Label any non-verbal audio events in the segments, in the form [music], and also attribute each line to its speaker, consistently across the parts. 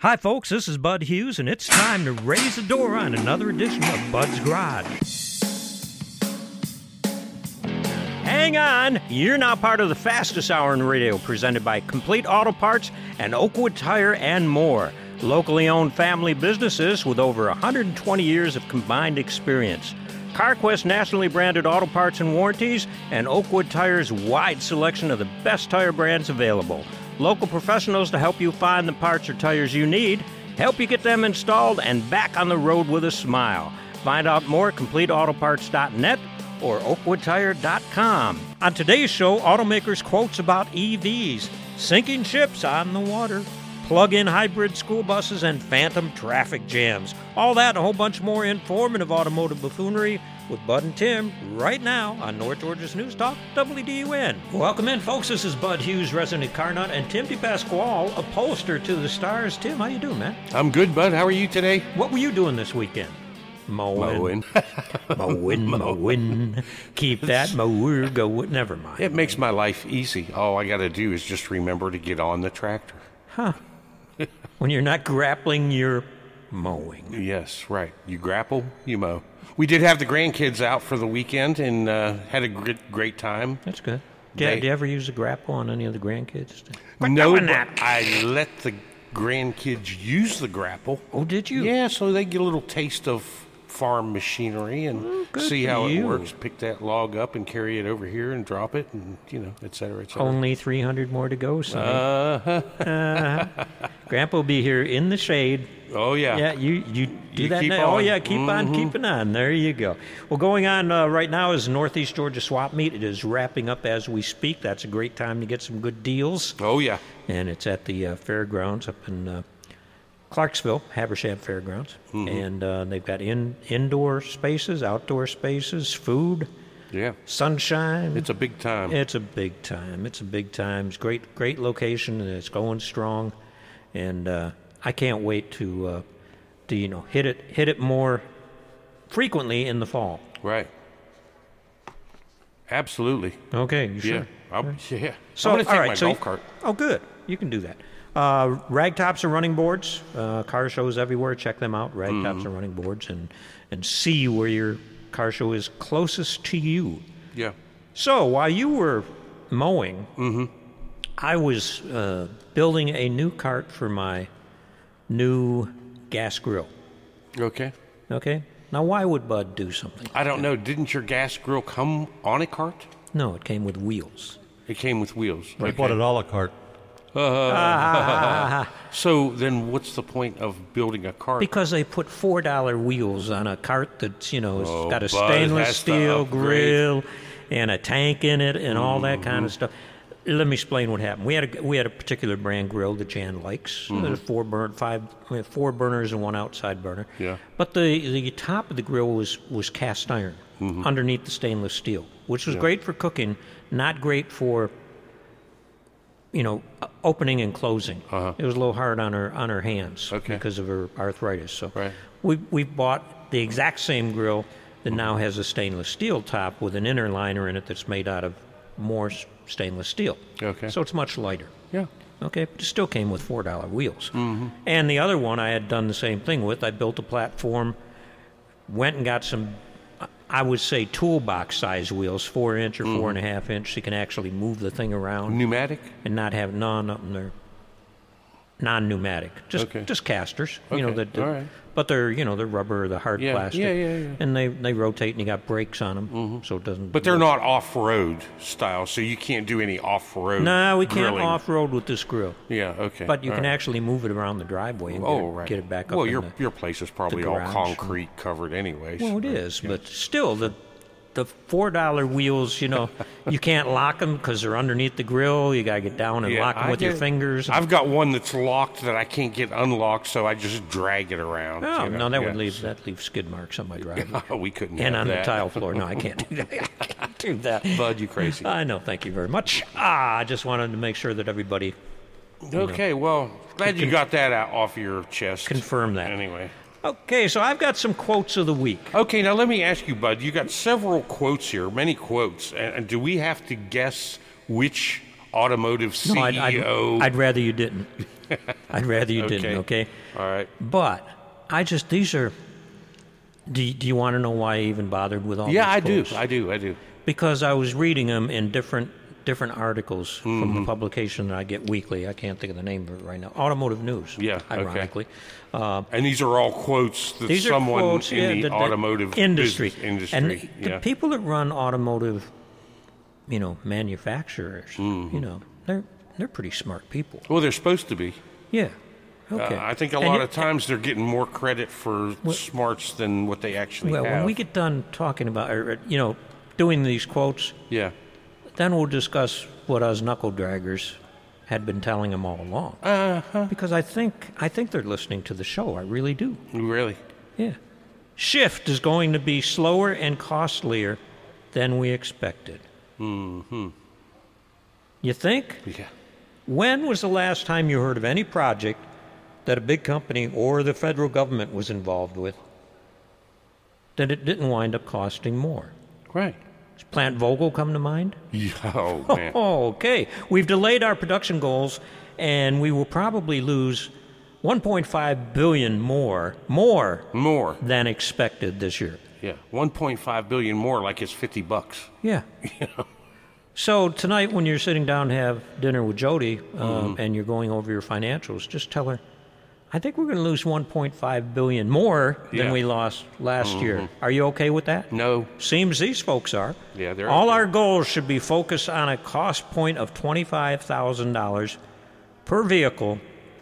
Speaker 1: Hi, folks, this is Bud Hughes, and it's time to raise the door on another edition of Bud's Garage. Hang on, you're now part of the fastest hour in radio, presented by Complete Auto Parts and Oakwood Tire and more. Locally owned family businesses with over 120 years of combined experience. CarQuest nationally branded auto parts and warranties, and Oakwood Tire's wide selection of the best tire brands available. Local professionals to help you find the parts or tires you need, help you get them installed, and back on the road with a smile. Find out more at CompleteAutoParts.net or OakwoodTire.com. On today's show, automakers' quotes about EVs, sinking ships on the water, plug in hybrid school buses, and phantom traffic jams. All that and a whole bunch more informative automotive buffoonery with Bud and Tim right now on North Georgia's News Talk, WDUN. Welcome in, folks. This is Bud Hughes, resident car nut, and Tim DePasquale, a poster to the stars. Tim, how you doing, man?
Speaker 2: I'm good, bud. How are you today? Oh,
Speaker 1: What were you doing this weekend? [laughs]
Speaker 2: Owen. [laughs]
Speaker 1: Mowin, mowin. Keep that mower going. Never mind.
Speaker 2: it makes my life easy. All I got to do is just remember to get on the tractor.
Speaker 1: When you're not grappling, you're mowing.
Speaker 2: Yes, right. You grapple, you mow. We did have the grandkids out for the weekend and uh, had a great, great time.
Speaker 1: That's good. Dad,
Speaker 2: They-
Speaker 1: do you ever use a grapple on any of the grandkids?
Speaker 2: No,
Speaker 1: doing
Speaker 2: but
Speaker 1: that.
Speaker 2: I let the grandkids use the grapple.
Speaker 1: Oh, did you?
Speaker 2: Yeah, so they get a little taste of farm machinery and
Speaker 1: good
Speaker 2: see
Speaker 1: for
Speaker 2: how
Speaker 1: you.
Speaker 2: it works. Pick that log up and carry it over here and drop it, and you know, et cetera, et cetera.
Speaker 1: Only 300 more to go, son. Uh-huh. Grandpa will be here in the shade.
Speaker 2: Oh
Speaker 1: Yeah, you, you do
Speaker 2: You
Speaker 1: that
Speaker 2: keep
Speaker 1: now. Oh,
Speaker 2: on. Mm-hmm.
Speaker 1: yeah, keep on keeping on. There you go. Well, going on uh, right now is Northeast Georgia Swap Meet. It is wrapping up as we speak. That's a great time to get some good deals.
Speaker 2: Oh yeah.
Speaker 1: and it's at the uh, fairgrounds up in uh, Clarksville, Habersham Fairgrounds,
Speaker 2: Mm-hmm.
Speaker 1: and uh, they've got in indoor spaces, outdoor spaces, food,
Speaker 2: Yeah.
Speaker 1: sunshine.
Speaker 2: It's a big time.
Speaker 1: It's a big time. It's a big time. It's great, great location, and it's going strong. And uh, I can't wait to, uh, to you know, hit it, hit it more frequently in the fall.
Speaker 2: Right. Absolutely.
Speaker 1: Okay, you sure?
Speaker 2: Yeah. I'll, [laughs] yeah.
Speaker 1: So,
Speaker 2: I'm gonna take
Speaker 1: all right,
Speaker 2: my
Speaker 1: so
Speaker 2: golf
Speaker 1: you-
Speaker 2: cart.
Speaker 1: Oh, good. You can do that. Uh, ragtops and running boards. Uh, car shows everywhere. Check them out. Ragtops
Speaker 2: Mm-hmm.
Speaker 1: and running boards, and and see where your car show is closest to you.
Speaker 2: Yeah.
Speaker 1: So while you were mowing, I was uh, building a new cart for my new gas grill.
Speaker 2: Okay.
Speaker 1: Okay. Now, why would Bud do something?
Speaker 2: I don't know. Didn't your gas grill come on a cart?
Speaker 1: No, it came with wheels.
Speaker 2: It came with wheels.
Speaker 3: I bought an a la carte.
Speaker 2: So then, what's the point of building a cart?
Speaker 1: Because they put four dollar wheels on a cart that's you know it's
Speaker 2: Oh,
Speaker 1: got a
Speaker 2: Buzz,
Speaker 1: stainless
Speaker 2: that's the
Speaker 1: steel grill
Speaker 2: upgrade.
Speaker 1: and a tank in it and all that kind
Speaker 2: Mm-hmm.
Speaker 1: of stuff. Let me explain what happened. We had a we had a particular brand grill that Jan likes. There's
Speaker 2: Mm-hmm.
Speaker 1: Four burn five we had four burners and one outside burner.
Speaker 2: Yeah.
Speaker 1: But the the top of the grill was was cast iron
Speaker 2: Mm-hmm.
Speaker 1: underneath the stainless steel, which was great for cooking, not great for you know, o- opening and closing. It was a little hard on her on her hands
Speaker 2: Uh-huh. Okay.
Speaker 1: because of her arthritis. So
Speaker 2: Right.
Speaker 1: we we bought the exact same grill that now has a stainless steel top with an inner liner in it that's made out of more s- stainless steel.
Speaker 2: Okay.
Speaker 1: So it's much lighter.
Speaker 2: yeah.
Speaker 1: Okay, but it still came with four dollar wheels.
Speaker 2: Mm-hmm.
Speaker 1: And the other one I had done the same thing with. I built a platform, went and got some, I would say toolbox size wheels, four inch or four and
Speaker 2: Mm-hmm.
Speaker 1: a half inch. You can actually move the thing around
Speaker 2: Pneumatic.
Speaker 1: and not have non up there non pneumatic just
Speaker 2: Okay.
Speaker 1: just casters you know
Speaker 2: Okay,
Speaker 1: that that-
Speaker 2: all right.
Speaker 1: but they're you know they're rubber or the hard
Speaker 2: Yeah,
Speaker 1: plastic
Speaker 2: yeah, yeah, yeah.
Speaker 1: and they they rotate and you got brakes on them so it doesn't
Speaker 2: But they're not off-road style, so you can't do any off-road.
Speaker 1: no we can't
Speaker 2: grilling.
Speaker 1: off-road with this grill
Speaker 2: Yeah. Okay.
Speaker 1: but you
Speaker 2: all
Speaker 1: can
Speaker 2: right.
Speaker 1: actually move it around the driveway and get,
Speaker 2: Oh
Speaker 1: it,
Speaker 2: right.
Speaker 1: get it back up
Speaker 2: Well,
Speaker 1: in
Speaker 2: your [laughs]
Speaker 1: the-
Speaker 2: your place is probably all
Speaker 1: garage.
Speaker 2: concrete covered, anyways.
Speaker 1: Well, it is, but still the the four dollar wheels. You
Speaker 2: [laughs]
Speaker 1: know, you can't lock them because they're underneath the grill. You gotta get down and
Speaker 2: Yeah,
Speaker 1: lock them
Speaker 2: I
Speaker 1: with your
Speaker 2: get-
Speaker 1: fingers.
Speaker 2: I've got one that's locked that I can't get unlocked, so I just drag it around.
Speaker 1: oh
Speaker 2: you know,
Speaker 1: no, that
Speaker 2: yeah.
Speaker 1: would leave that leaves skid marks on my driveway.
Speaker 2: Oh, [laughs] we couldn't.
Speaker 1: and
Speaker 2: have
Speaker 1: on
Speaker 2: that.
Speaker 1: the tile floor. No, I can't do that. [laughs] I can't do that.
Speaker 2: Bud,
Speaker 1: [laughs]
Speaker 2: you crazy.
Speaker 1: I know. Thank you very much. Ah, I just wanted to make sure that everybody
Speaker 2: Okay, well, glad you got that out off your chest.
Speaker 1: confirmed that.
Speaker 2: Anyway.
Speaker 1: Okay, so I've got some quotes of the week.
Speaker 2: Okay, now let me ask you, Bud. You got several quotes here, many quotes. And, and do we have to guess which automotive E CEO.
Speaker 1: No, Oh, I'd, I'd, I'd rather you
Speaker 2: [laughs]
Speaker 1: didn't. I'd rather you didn't, okay?
Speaker 2: All right.
Speaker 1: But I just, these are, do, you- do you want to know why I even bothered with all
Speaker 2: Yeah,
Speaker 1: these
Speaker 2: I do.
Speaker 1: quotes?
Speaker 2: I do. I do.
Speaker 1: because I was reading them in different different articles from
Speaker 2: Mm-hmm.
Speaker 1: the publication that I get weekly. I can't think of the name of it right now. Automotive News.
Speaker 2: Yeah, okay.
Speaker 1: ironically,
Speaker 2: And these are all quotes that
Speaker 1: these
Speaker 2: someone
Speaker 1: are quotes
Speaker 2: in
Speaker 1: yeah,
Speaker 2: the,
Speaker 1: that- that
Speaker 2: automotive
Speaker 1: industry
Speaker 2: business industry.
Speaker 1: and the
Speaker 2: yeah.
Speaker 1: people that run automotive, you know, manufacturers.
Speaker 2: Mm-hmm.
Speaker 1: You know, they're they're pretty smart people.
Speaker 2: well, they're supposed to be.
Speaker 1: Yeah.
Speaker 2: Uh,
Speaker 1: Okay.
Speaker 2: I think a
Speaker 1: And
Speaker 2: lot
Speaker 1: it-
Speaker 2: of times they're getting more credit for smarts than what they actually
Speaker 1: Well,
Speaker 2: have.
Speaker 1: when we get done talking about, or, or, you know, doing these quotes,
Speaker 2: yeah.
Speaker 1: Then we'll discuss what us knuckle draggers had been telling them all along.
Speaker 2: Uh-huh.
Speaker 1: Because I think I think they're listening to the show. I really do.
Speaker 2: Really?
Speaker 1: Yeah. Shift is going to be slower and costlier than we expected. Mm-hmm. You think?
Speaker 2: Yeah.
Speaker 1: When was the last time you heard of any project that a big company or the federal government was involved with that it didn't wind up costing more?
Speaker 2: Right.
Speaker 1: Does Plant Vogel come to mind?
Speaker 2: Yeah. Oh man.
Speaker 1: [laughs] Okay, we've delayed our production goals, and we will probably lose 1.5 billion more, more
Speaker 2: More.
Speaker 1: than expected this year.
Speaker 2: Yeah. 1.5 billion more, like it's 50 bucks.
Speaker 1: Yeah. So tonight, when you're sitting down to have dinner with Jody, um,
Speaker 2: Mm-hmm.
Speaker 1: and you're going over your financials, just tell her, "I think we're going to lose 1.5 billion more than
Speaker 2: Yeah.
Speaker 1: we lost last year. Are you okay with that?"
Speaker 2: No.
Speaker 1: Seems these folks are.
Speaker 2: Yeah, they're
Speaker 1: All
Speaker 2: okay.
Speaker 1: our goals should be focused on a cost point of $25,000 per vehicle,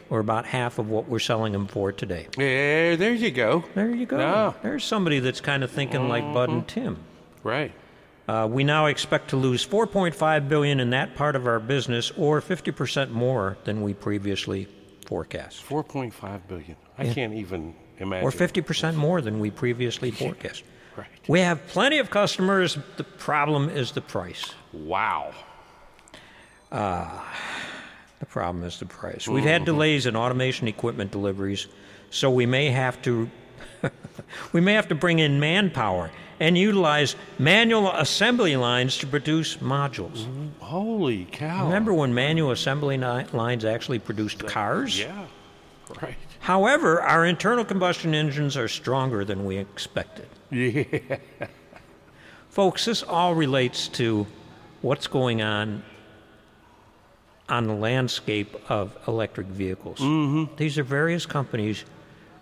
Speaker 1: or about half of what we're selling them for today.
Speaker 2: Yeah. Eh, There you go.
Speaker 1: There you go.
Speaker 2: No.
Speaker 1: There's somebody that's kind of thinking like Bud and
Speaker 2: Mm-hmm.
Speaker 1: Tim.
Speaker 2: Right.
Speaker 1: Uh, we now expect to lose 4.5 billion in that part of our business, or 50% more than we previously forecast,
Speaker 2: 4.5 billion. I can't even imagine.
Speaker 1: or 50% more than we previously forecast.
Speaker 2: [laughs] Right.
Speaker 1: We have plenty of customers. The problem is the price.
Speaker 2: Wow.
Speaker 1: The problem is the price. We've had
Speaker 2: Mm-hmm.
Speaker 1: delays in automation equipment deliveries, so we may have to [laughs] we may have to bring in manpower and utilize manual assembly lines to produce modules.
Speaker 2: Mm-hmm. Holy cow.
Speaker 1: Remember when manual assembly ni- lines actually produced cars?
Speaker 2: Yeah. Right.
Speaker 1: However, our internal combustion engines are stronger than we expected.
Speaker 2: Yeah.
Speaker 1: Folks, this all relates to what's going on on the landscape of electric vehicles.
Speaker 2: Mm-hmm.
Speaker 1: These are various companies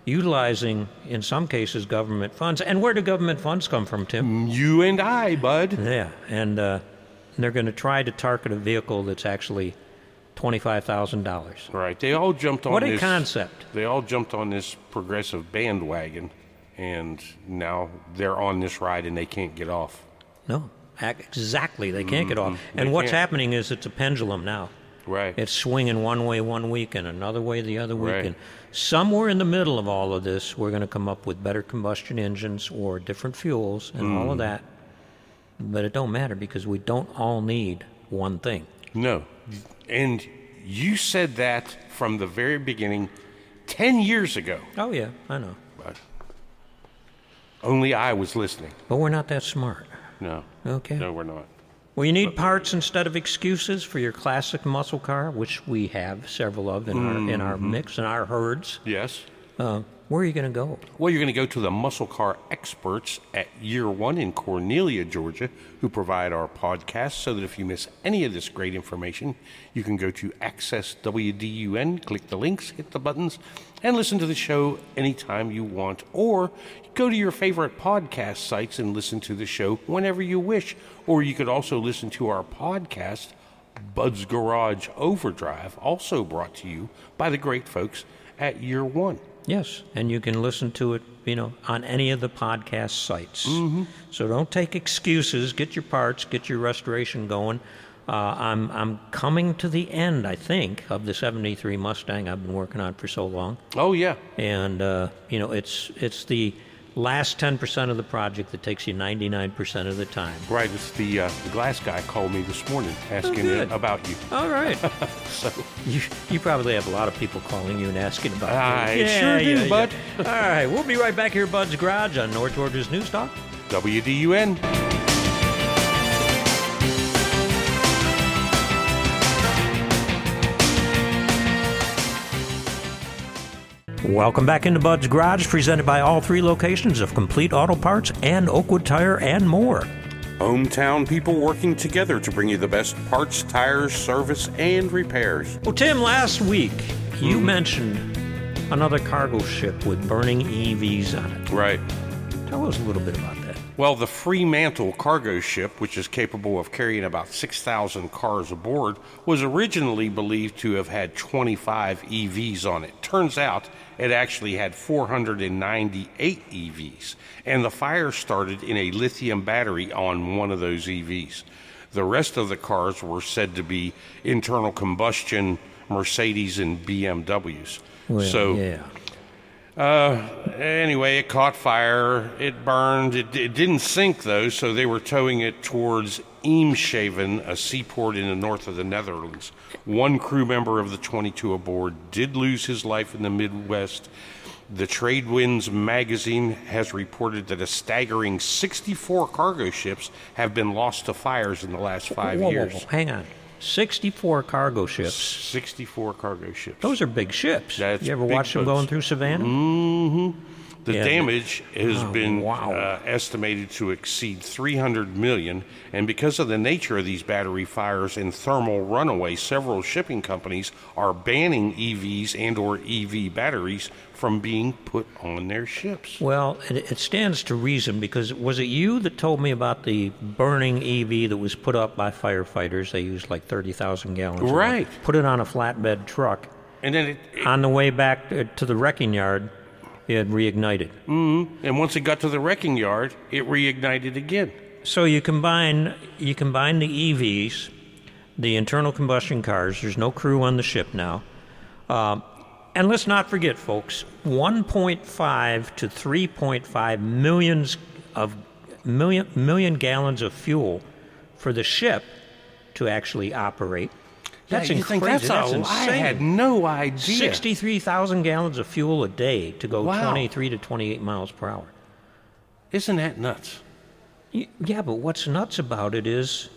Speaker 1: utilizing, in some cases, government funds. And where do government funds come from, Tim?
Speaker 2: You and I, bud.
Speaker 1: Yeah, and uh, they're going to try to target a vehicle that's actually $25,000.
Speaker 2: Right. They all jumped on
Speaker 1: What a
Speaker 2: this.
Speaker 1: concept.
Speaker 2: They all jumped on this progressive bandwagon, and now they're on this ride and they can't get off.
Speaker 1: No, ac- exactly. Mm-hmm. They can't get off. And
Speaker 2: they
Speaker 1: what's
Speaker 2: can't.
Speaker 1: happening is it's a pendulum now.
Speaker 2: Right.
Speaker 1: It's swinging one way one week and another way the other week.
Speaker 2: Right.
Speaker 1: And somewhere in the middle of all of this, we're going to come up with better combustion engines or different fuels and all of that. But it don't matter because we don't all need one thing.
Speaker 2: no. And you said that from the very beginning, ten years ago.
Speaker 1: Oh yeah, I know.
Speaker 2: But only I was listening.
Speaker 1: But we're not that smart.
Speaker 2: No.
Speaker 1: Okay.
Speaker 2: No, we're not.
Speaker 1: Well, you need parts instead of excuses for your classic muscle car, which we have several of in our in our mix and our herds.
Speaker 2: Yes.
Speaker 1: Uh, where are you going to go?
Speaker 2: Well, you're going to go to the muscle car experts at year one in Cornelia, Georgia, who provide our podcast so that if you miss any of this great information, you can go to Access WDUN, click the links, hit the buttons, and listen to the show anytime you want. Or go to your favorite podcast sites and listen to the show whenever you wish. Or you could also listen to our podcast, Bud's Garage Overdrive, also brought to you by the great folks at year one.
Speaker 1: Yes, and you can listen to it, you know, on any of the podcast sites. So don't take excuses. Get your parts. Get your restoration going. Uh, I'm I'm coming to the end, I think, of the '73 Mustang I've been working on for so long,
Speaker 2: Oh, yeah.
Speaker 1: and uh, you know, it's it's the last 10% of the project that takes you 99% of the time.
Speaker 2: Right, it's the, uh, the glass guy called me this morning asking
Speaker 1: good.
Speaker 2: about you.
Speaker 1: All [laughs] right. you, you probably have a lot of people calling you and asking about
Speaker 2: I
Speaker 1: you.
Speaker 2: sure do, bud.
Speaker 1: [laughs] All right, we'll be right back here at Bud's Garage on North Georgia's News Talk.
Speaker 2: WDUN.
Speaker 1: Welcome back into Bud's Garage, presented by all three locations of Complete Auto Parts and Oakwood Tire and more.
Speaker 2: Hometown people working together to bring you the best parts, tires, service, and repairs.
Speaker 1: Well, Tim, last week you mentioned another cargo ship with burning EVs on it.
Speaker 2: Right.
Speaker 1: Tell us a little bit about that.
Speaker 2: Well, the Fremantle cargo ship, which is capable of carrying about 6,000 cars aboard, was originally believed to have had 25 EVs on it. Turns out it actually had 498 EVs, E and the fire started in a lithium battery on one of those EVs. The rest of the cars were said to be internal combustion Mercedes and BMWs. so,
Speaker 1: yeah.
Speaker 2: Uh, Anyway, it caught fire. It burned. It, it didn't sink, though, so they were towing it towards Eemshaven, a seaport in the north of the Netherlands. One crew member of the 22 aboard did lose his life in the Midwest. The Trade Winds magazine has reported that a staggering 64 cargo ships have been lost to fires in the last five
Speaker 1: Whoa, whoa,
Speaker 2: years.
Speaker 1: whoa, Hang on. 64 cargo ships.
Speaker 2: 64 cargo ships.
Speaker 1: Those are big ships.
Speaker 2: That's
Speaker 1: you ever
Speaker 2: big
Speaker 1: watch them
Speaker 2: boats.
Speaker 1: going through Savannah?
Speaker 2: The
Speaker 1: Yeah.
Speaker 2: damage has been
Speaker 1: Oh, wow.
Speaker 2: uh, estimated to exceed 300 million, and because of the nature of these battery fires and thermal runaway, several shipping companies are banning E EVs and/or EV E batteries from being put on their ships.
Speaker 1: Well, it, it stands to reason because was it you that told me about the burning EV that was put up by firefighters? They used like 30,000 gallons. of it.
Speaker 2: Right.
Speaker 1: Put it on a flatbed truck.
Speaker 2: And then, it, it-
Speaker 1: On the way back to to the wrecking yard, it reignited.
Speaker 2: and once it got to the wrecking yard, it reignited again.
Speaker 1: So you combine you combine the EVs, the internal combustion cars. There's no crew on the ship now, Um and let's not forget, folks, 1.5 to 3.5 millions of million million gallons of fuel for the ship to actually operate. That's
Speaker 2: Yeah, you think
Speaker 1: incredible.
Speaker 2: that's a-
Speaker 1: insane.
Speaker 2: I had no idea.
Speaker 1: 63,000 gallons of fuel a day to go
Speaker 2: Wow.
Speaker 1: 23 to 28 miles per hour.
Speaker 2: Isn't that nuts?
Speaker 1: Y- Yeah, but what's nuts about it is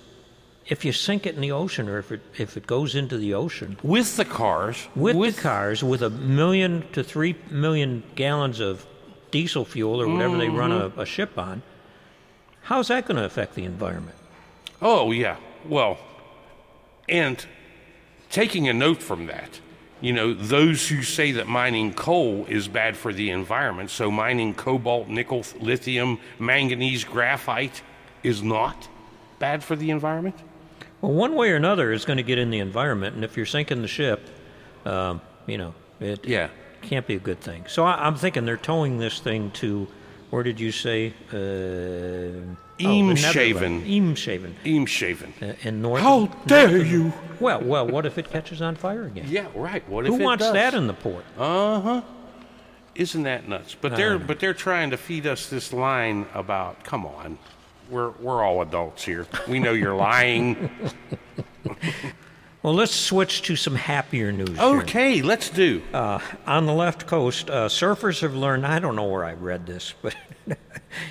Speaker 1: if you sink it in the ocean or if it, if it goes into the ocean
Speaker 2: With the cars,
Speaker 1: with, the cars with a million to three million gallons of diesel fuel or whatever they run a, a ship on, how's that going to affect the environment?
Speaker 2: Oh, yeah. Well, and taking a note from that, you know, those who say that mining coal is bad for the environment, so mining cobalt, nickel, lithium, manganese, graphite is not bad for the environment?
Speaker 1: Well, one way or another, it's going to get in the environment, and if you're sinking the ship, um, you know, it,
Speaker 2: Yeah.
Speaker 1: can't be a good thing. So I, I'm thinking they're towing this thing to, where did you say? Uh, oh,
Speaker 2: Eemshaven.
Speaker 1: Eamshaven.
Speaker 2: Eemshaven.
Speaker 1: in north.
Speaker 2: How dare you!
Speaker 1: Well, well, what if it catches on fire again?
Speaker 2: Yeah, right. What
Speaker 1: Who
Speaker 2: if it
Speaker 1: wants
Speaker 2: does? Uh,
Speaker 1: that in the port?
Speaker 2: Isn't that nuts? But they're but they're trying to feed us this line about come on. We're we're all adults here. We know you're lying.
Speaker 1: Well, let's switch to some happier news. here.
Speaker 2: Okay, let's do.
Speaker 1: on the left coast, uh, surfers have learned. I don't know where I read this, but [laughs]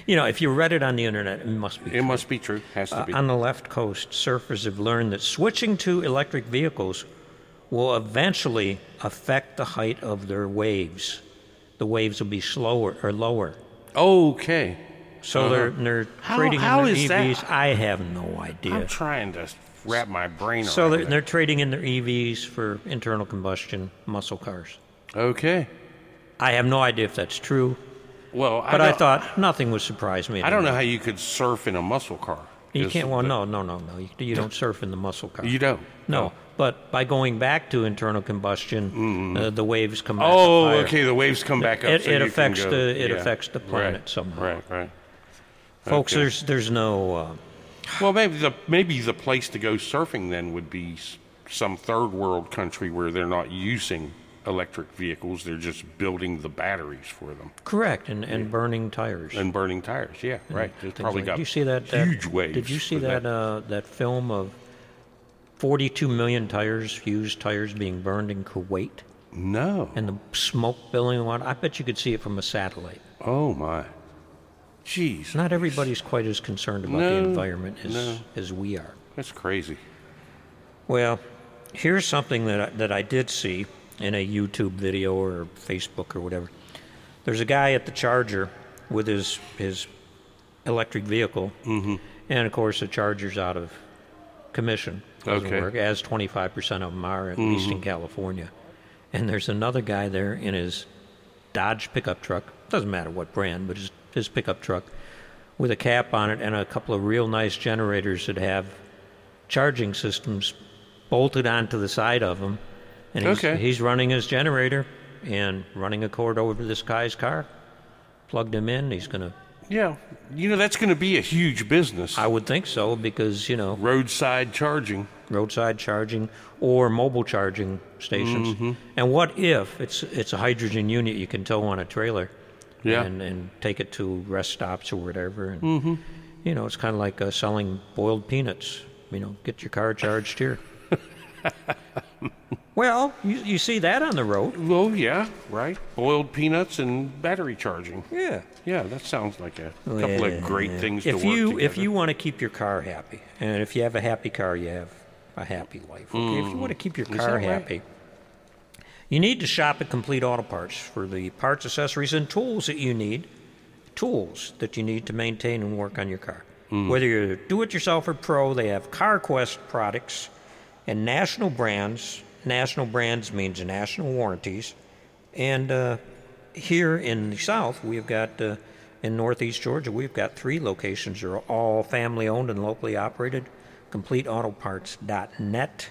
Speaker 1: you know, if you read it on the internet, it must be.
Speaker 2: It must be true. Has to be.
Speaker 1: On the left coast, surfers have learned that switching to electric vehicles will eventually affect the height of their waves. The waves will be slower or lower.
Speaker 2: okay.
Speaker 1: So they're, they're
Speaker 2: Uh-huh. How-
Speaker 1: trading
Speaker 2: how
Speaker 1: in their
Speaker 2: is that?
Speaker 1: EVs. I have no idea.
Speaker 2: I'm trying to wrap my brain around
Speaker 1: So they're,
Speaker 2: that.
Speaker 1: they're trading in their EVs for internal combustion muscle cars.
Speaker 2: Okay.
Speaker 1: I have no idea if that's true,
Speaker 2: Well, I
Speaker 1: but I,
Speaker 2: don't-
Speaker 1: thought nothing would surprise me.
Speaker 2: I don't know how you could surf in a muscle car.
Speaker 1: You
Speaker 2: Is-
Speaker 1: can't. Well, no, no, no, no. You, you don't surf in the muscle car.
Speaker 2: You don't.
Speaker 1: No, but by going back to internal combustion, uh, the waves come. back
Speaker 2: Mm-hmm. Oh,
Speaker 1: higher.
Speaker 2: okay. The waves come back up.
Speaker 1: It-
Speaker 2: so
Speaker 1: it
Speaker 2: you can
Speaker 1: affects
Speaker 2: go-
Speaker 1: the- it
Speaker 2: yeah.
Speaker 1: affects the planet
Speaker 2: right.
Speaker 1: somehow.
Speaker 2: Right. Right.
Speaker 1: folks.
Speaker 2: okay.
Speaker 1: There's there's no. Uh,
Speaker 2: Well, maybe the maybe the place to go surfing then would be s- some third world country where they're not using electric vehicles. They're just building the batteries for them
Speaker 1: correct and, and burning tires.
Speaker 2: and burning tires. Yeah. Right. There's
Speaker 1: Mm, things
Speaker 2: probably
Speaker 1: like-
Speaker 2: got
Speaker 1: did you see that, that-
Speaker 2: huge waves.
Speaker 1: Did you see
Speaker 2: with
Speaker 1: that uh, that film of 42 million tires, used tires being burned in Kuwait?
Speaker 2: No.
Speaker 1: and the smoke billowing out. I bet you could see it from a satellite.
Speaker 2: Oh my. Jeez,
Speaker 1: Not everybody's quite as concerned about the
Speaker 2: No,
Speaker 1: environment as,
Speaker 2: no.
Speaker 1: as we are.
Speaker 2: that's crazy.
Speaker 1: Well, here's something that I, that I did see. in a YouTube video or Facebook or whatever. There's a guy at the Charger with his his electric vehicle, and of course the Charger's out of commission. Doesn't
Speaker 2: Okay.
Speaker 1: work, as 25% of them are, at least in California. And there's another guy there in his Dodge pickup truck. Doesn't matter what brand, but his, his pickup truck with a cap on it and a couple of real nice generators that have charging systems bolted onto the side of them. And he's,
Speaker 2: Okay.
Speaker 1: he's running his generator and running a cord over to this guy's car. Plugged him in. He's going to,
Speaker 2: Yeah. You know, that's going to be a huge business.
Speaker 1: I would think so, because, you know,
Speaker 2: Roadside charging.
Speaker 1: roadside charging or mobile charging stations. And what if it's it's a hydrogen unit you can tow on a trailer,
Speaker 2: Yeah.
Speaker 1: and and take it to rest stops or whatever. And you know, it's kind of like uh, selling boiled peanuts. You know, get your car charged here. well, you, you see that on the road.
Speaker 2: Well, yeah, right. Boiled peanuts and battery charging.
Speaker 1: Yeah.
Speaker 2: Yeah, that sounds like a couple of great things
Speaker 1: Oh, if
Speaker 2: to work
Speaker 1: you
Speaker 2: together.
Speaker 1: if you want to keep your car happy, and if you have a happy car, you have a happy life. Okay? If you want to keep your car
Speaker 2: Mm. that right?
Speaker 1: happy, you need to shop at Complete Auto Parts for the parts, accessories, and tools that you need. Tools that you need to maintain and work on your car.
Speaker 2: Mm.
Speaker 1: Whether you're do-it-yourself or pro, they have CarQuest products and national brands. National brands means national warranties. And uh, here in the South, we've got uh, in Northeast Georgia, we've got three locations. They're all family-owned and locally operated. CompleteAutoParts.net.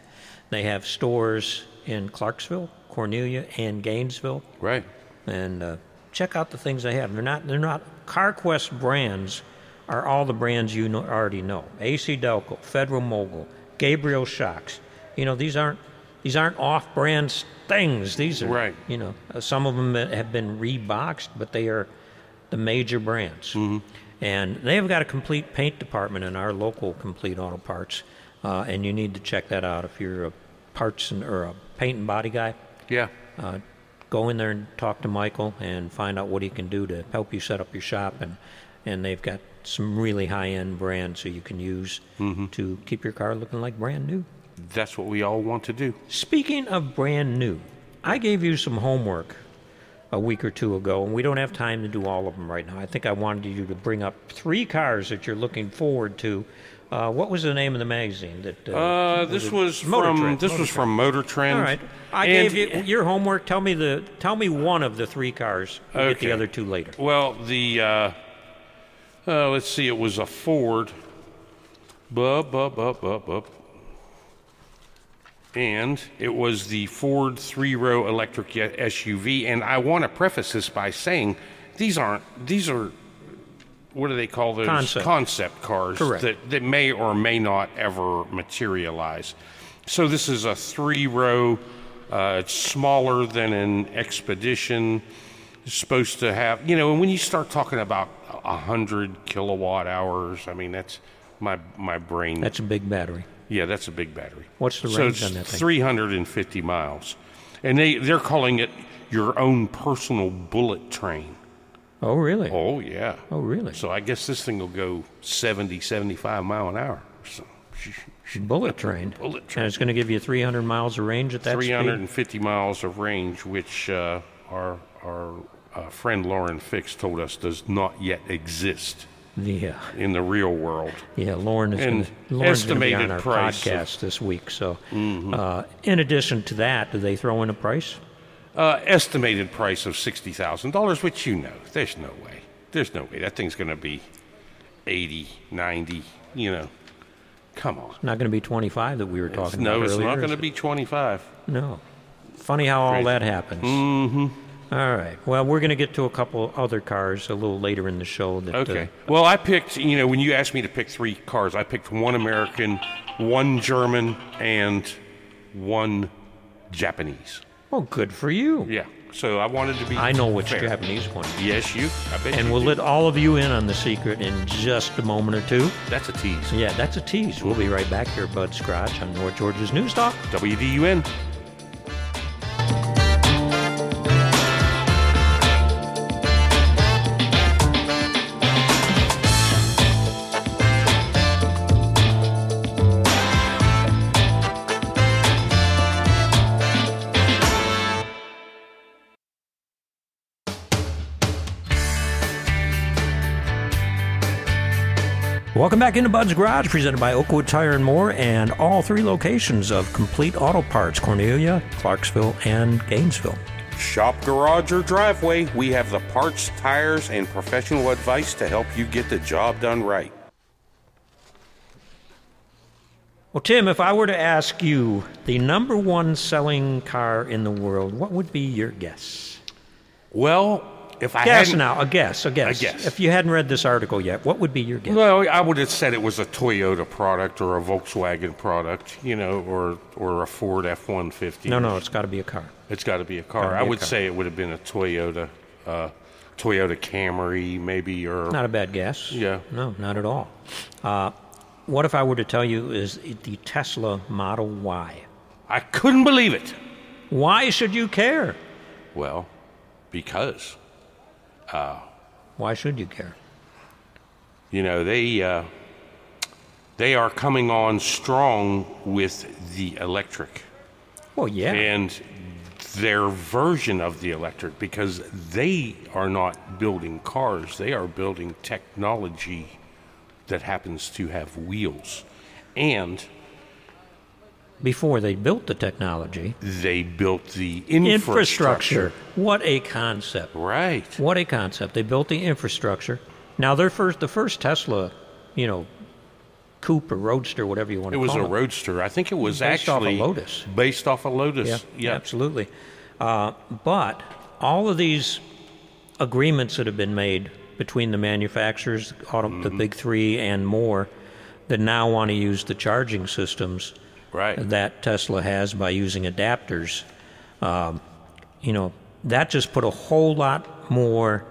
Speaker 1: They have stores in Clarksville, Cornelia, and Gainesville
Speaker 2: right.
Speaker 1: and uh, check out the things they have. They're not they're not CarQuest brands are all the brands you know, already know. AC Delco, Federal Mogul, Gabriel Shocks. You know these aren't these aren't off-brand s- things. These are
Speaker 2: Right.
Speaker 1: You know uh, some of them have been reboxed, but they are the major brands. And they've got a complete paint department in our local Complete Auto Parts, uh, and you need to check that out if you're a parts and or a paint and body guy
Speaker 2: Yeah.
Speaker 1: uh, go in there and talk to Michael and find out what he can do to help you set up your shop. And, and they've got some really high end brands that you can use to keep your car looking like brand new.
Speaker 2: That's what we all want to do.
Speaker 1: Speaking of brand new, I gave you some homework a week or two ago, and we don't have time to do all of them right now. I think I wanted you to bring up three cars that you're looking forward to. Uh, what was the name of the magazine that? Uh,
Speaker 2: Uh, this was
Speaker 1: Motor
Speaker 2: from
Speaker 1: Trend,
Speaker 2: this
Speaker 1: Motor
Speaker 2: was from Motor Trend.
Speaker 1: all right, I gave
Speaker 2: And-
Speaker 1: you your homework. Tell me the tell me one of the three cars. We'll Get the
Speaker 2: Okay.
Speaker 1: other two later.
Speaker 2: Well, the uh, uh, let's see, it was a Ford. Bub, bub, bub, bub, bub. And it was the Ford three-row electric y- SUV. And I want to preface this by saying these aren't these are what do they call those
Speaker 1: Concept.
Speaker 2: concept cars
Speaker 1: Correct.
Speaker 2: that that may or may not ever materialize. So this is a three-row. Uh, it's smaller than an Expedition supposed to have you know and when you start talking about a 100 kilowatt hours i mean that's my my brain
Speaker 1: That's a big battery.
Speaker 2: yeah that's a big battery
Speaker 1: What's the
Speaker 2: so
Speaker 1: range
Speaker 2: it's
Speaker 1: on that thing?
Speaker 2: 350 miles and they they're calling it your own personal bullet train
Speaker 1: Oh, really? Oh,
Speaker 2: oh yeah
Speaker 1: really?
Speaker 2: so i guess this thing will go 70 75 mile an hour so
Speaker 1: Bullet train.
Speaker 2: Bullet
Speaker 1: And
Speaker 2: train.
Speaker 1: it's going to give you 300 miles of range at that speed.
Speaker 2: 350 miles of range, which uh, our our uh, friend Lauren Fix told us does not yet exist
Speaker 1: Yeah,
Speaker 2: in the real world.
Speaker 1: yeah. Lauren is
Speaker 2: And
Speaker 1: going to Lauren's going to be on
Speaker 2: estimated
Speaker 1: our
Speaker 2: price of- Mm-hmm.
Speaker 1: podcast this week. So, uh, in addition to that, do they throw in a price?
Speaker 2: Uh, estimated price of sixty thousand dollars, which you know, there's no way, there's no way that thing's going to be 80, 90, You know, come on.
Speaker 1: Not going to be 25 that we were talking
Speaker 2: No,
Speaker 1: about
Speaker 2: it's
Speaker 1: earlier.
Speaker 2: not
Speaker 1: is
Speaker 2: going to
Speaker 1: it?
Speaker 2: be twenty-five.
Speaker 1: No. Funny how all that happens. Mm-hmm. All right. Well, we're going to get to a couple other cars a little later in the show. That, uh,
Speaker 2: Okay. Well, I picked. You know, when you asked me to pick three cars, I picked one American, one German, and one Japanese.
Speaker 1: well, good for you.
Speaker 2: Yeah. So I wanted to be.
Speaker 1: I know which
Speaker 2: fair.
Speaker 1: Japanese one.
Speaker 2: Yes, you. I bet.
Speaker 1: And
Speaker 2: you
Speaker 1: we'll
Speaker 2: do.
Speaker 1: let all of you in on the secret in just a moment or two.
Speaker 2: That's a tease.
Speaker 1: Yeah, that's a tease. We'll be right back here, Bud Scratch, on North Georgia's News Talk.
Speaker 2: WDUN.
Speaker 1: Welcome back into Bud's Garage, presented by Oakwood Tire and More, and all three locations of Complete Auto Parts Cornelia, Clarksville, and Gainesville.
Speaker 2: Shop, garage, or driveway, we have the parts, tires, and professional advice to help you get the job done right.
Speaker 1: Well, Tim, if I were to ask you the number one selling car in the world, what would be your guess?
Speaker 2: Well, if I
Speaker 1: Guess
Speaker 2: hadn't,
Speaker 1: now, a guess, a guess.
Speaker 2: guess.
Speaker 1: If you hadn't read this article yet, what would be your guess?
Speaker 2: well, I would have said it was a Toyota product or a Volkswagen product, you know, or or a Ford F one fifty.
Speaker 1: No, no, it's got to be a car.
Speaker 2: It's got to be a car.
Speaker 1: Gotta
Speaker 2: I
Speaker 1: be a
Speaker 2: would
Speaker 1: car.
Speaker 2: say it would have been a Toyota, uh, Toyota Camry, maybe, or
Speaker 1: Not a bad guess.
Speaker 2: Yeah.
Speaker 1: No, not at all. Uh, what if I were to tell you is it the Tesla Model Y?
Speaker 2: I couldn't believe it.
Speaker 1: Why should you care?
Speaker 2: Well, because
Speaker 1: Why should you care?
Speaker 2: you know they uh, they are coming on strong with the electric
Speaker 1: Well, yeah.
Speaker 2: and their version of the electric because they are not building cars; they are building technology that happens to have wheels, and
Speaker 1: Before they built the technology,
Speaker 2: they built the
Speaker 1: infrastructure. What a concept.
Speaker 2: Right.
Speaker 1: What a concept. They built the infrastructure. Now, their first, the first Tesla, you know, coupe or roadster, whatever you want
Speaker 2: It
Speaker 1: to
Speaker 2: was
Speaker 1: call
Speaker 2: a
Speaker 1: it.
Speaker 2: roadster. I think it was
Speaker 1: Based off a
Speaker 2: actually
Speaker 1: Lotus.
Speaker 2: Based off a Lotus.
Speaker 1: Yeah,
Speaker 2: Yeah.
Speaker 1: absolutely. Uh, but all of these agreements that have been made between the manufacturers, auto, the
Speaker 2: Mm-hmm.
Speaker 1: big three, and more, that now want to use the charging systems
Speaker 2: Right.
Speaker 1: that Tesla has by using adapters. Um, you know, that just put a whole lot more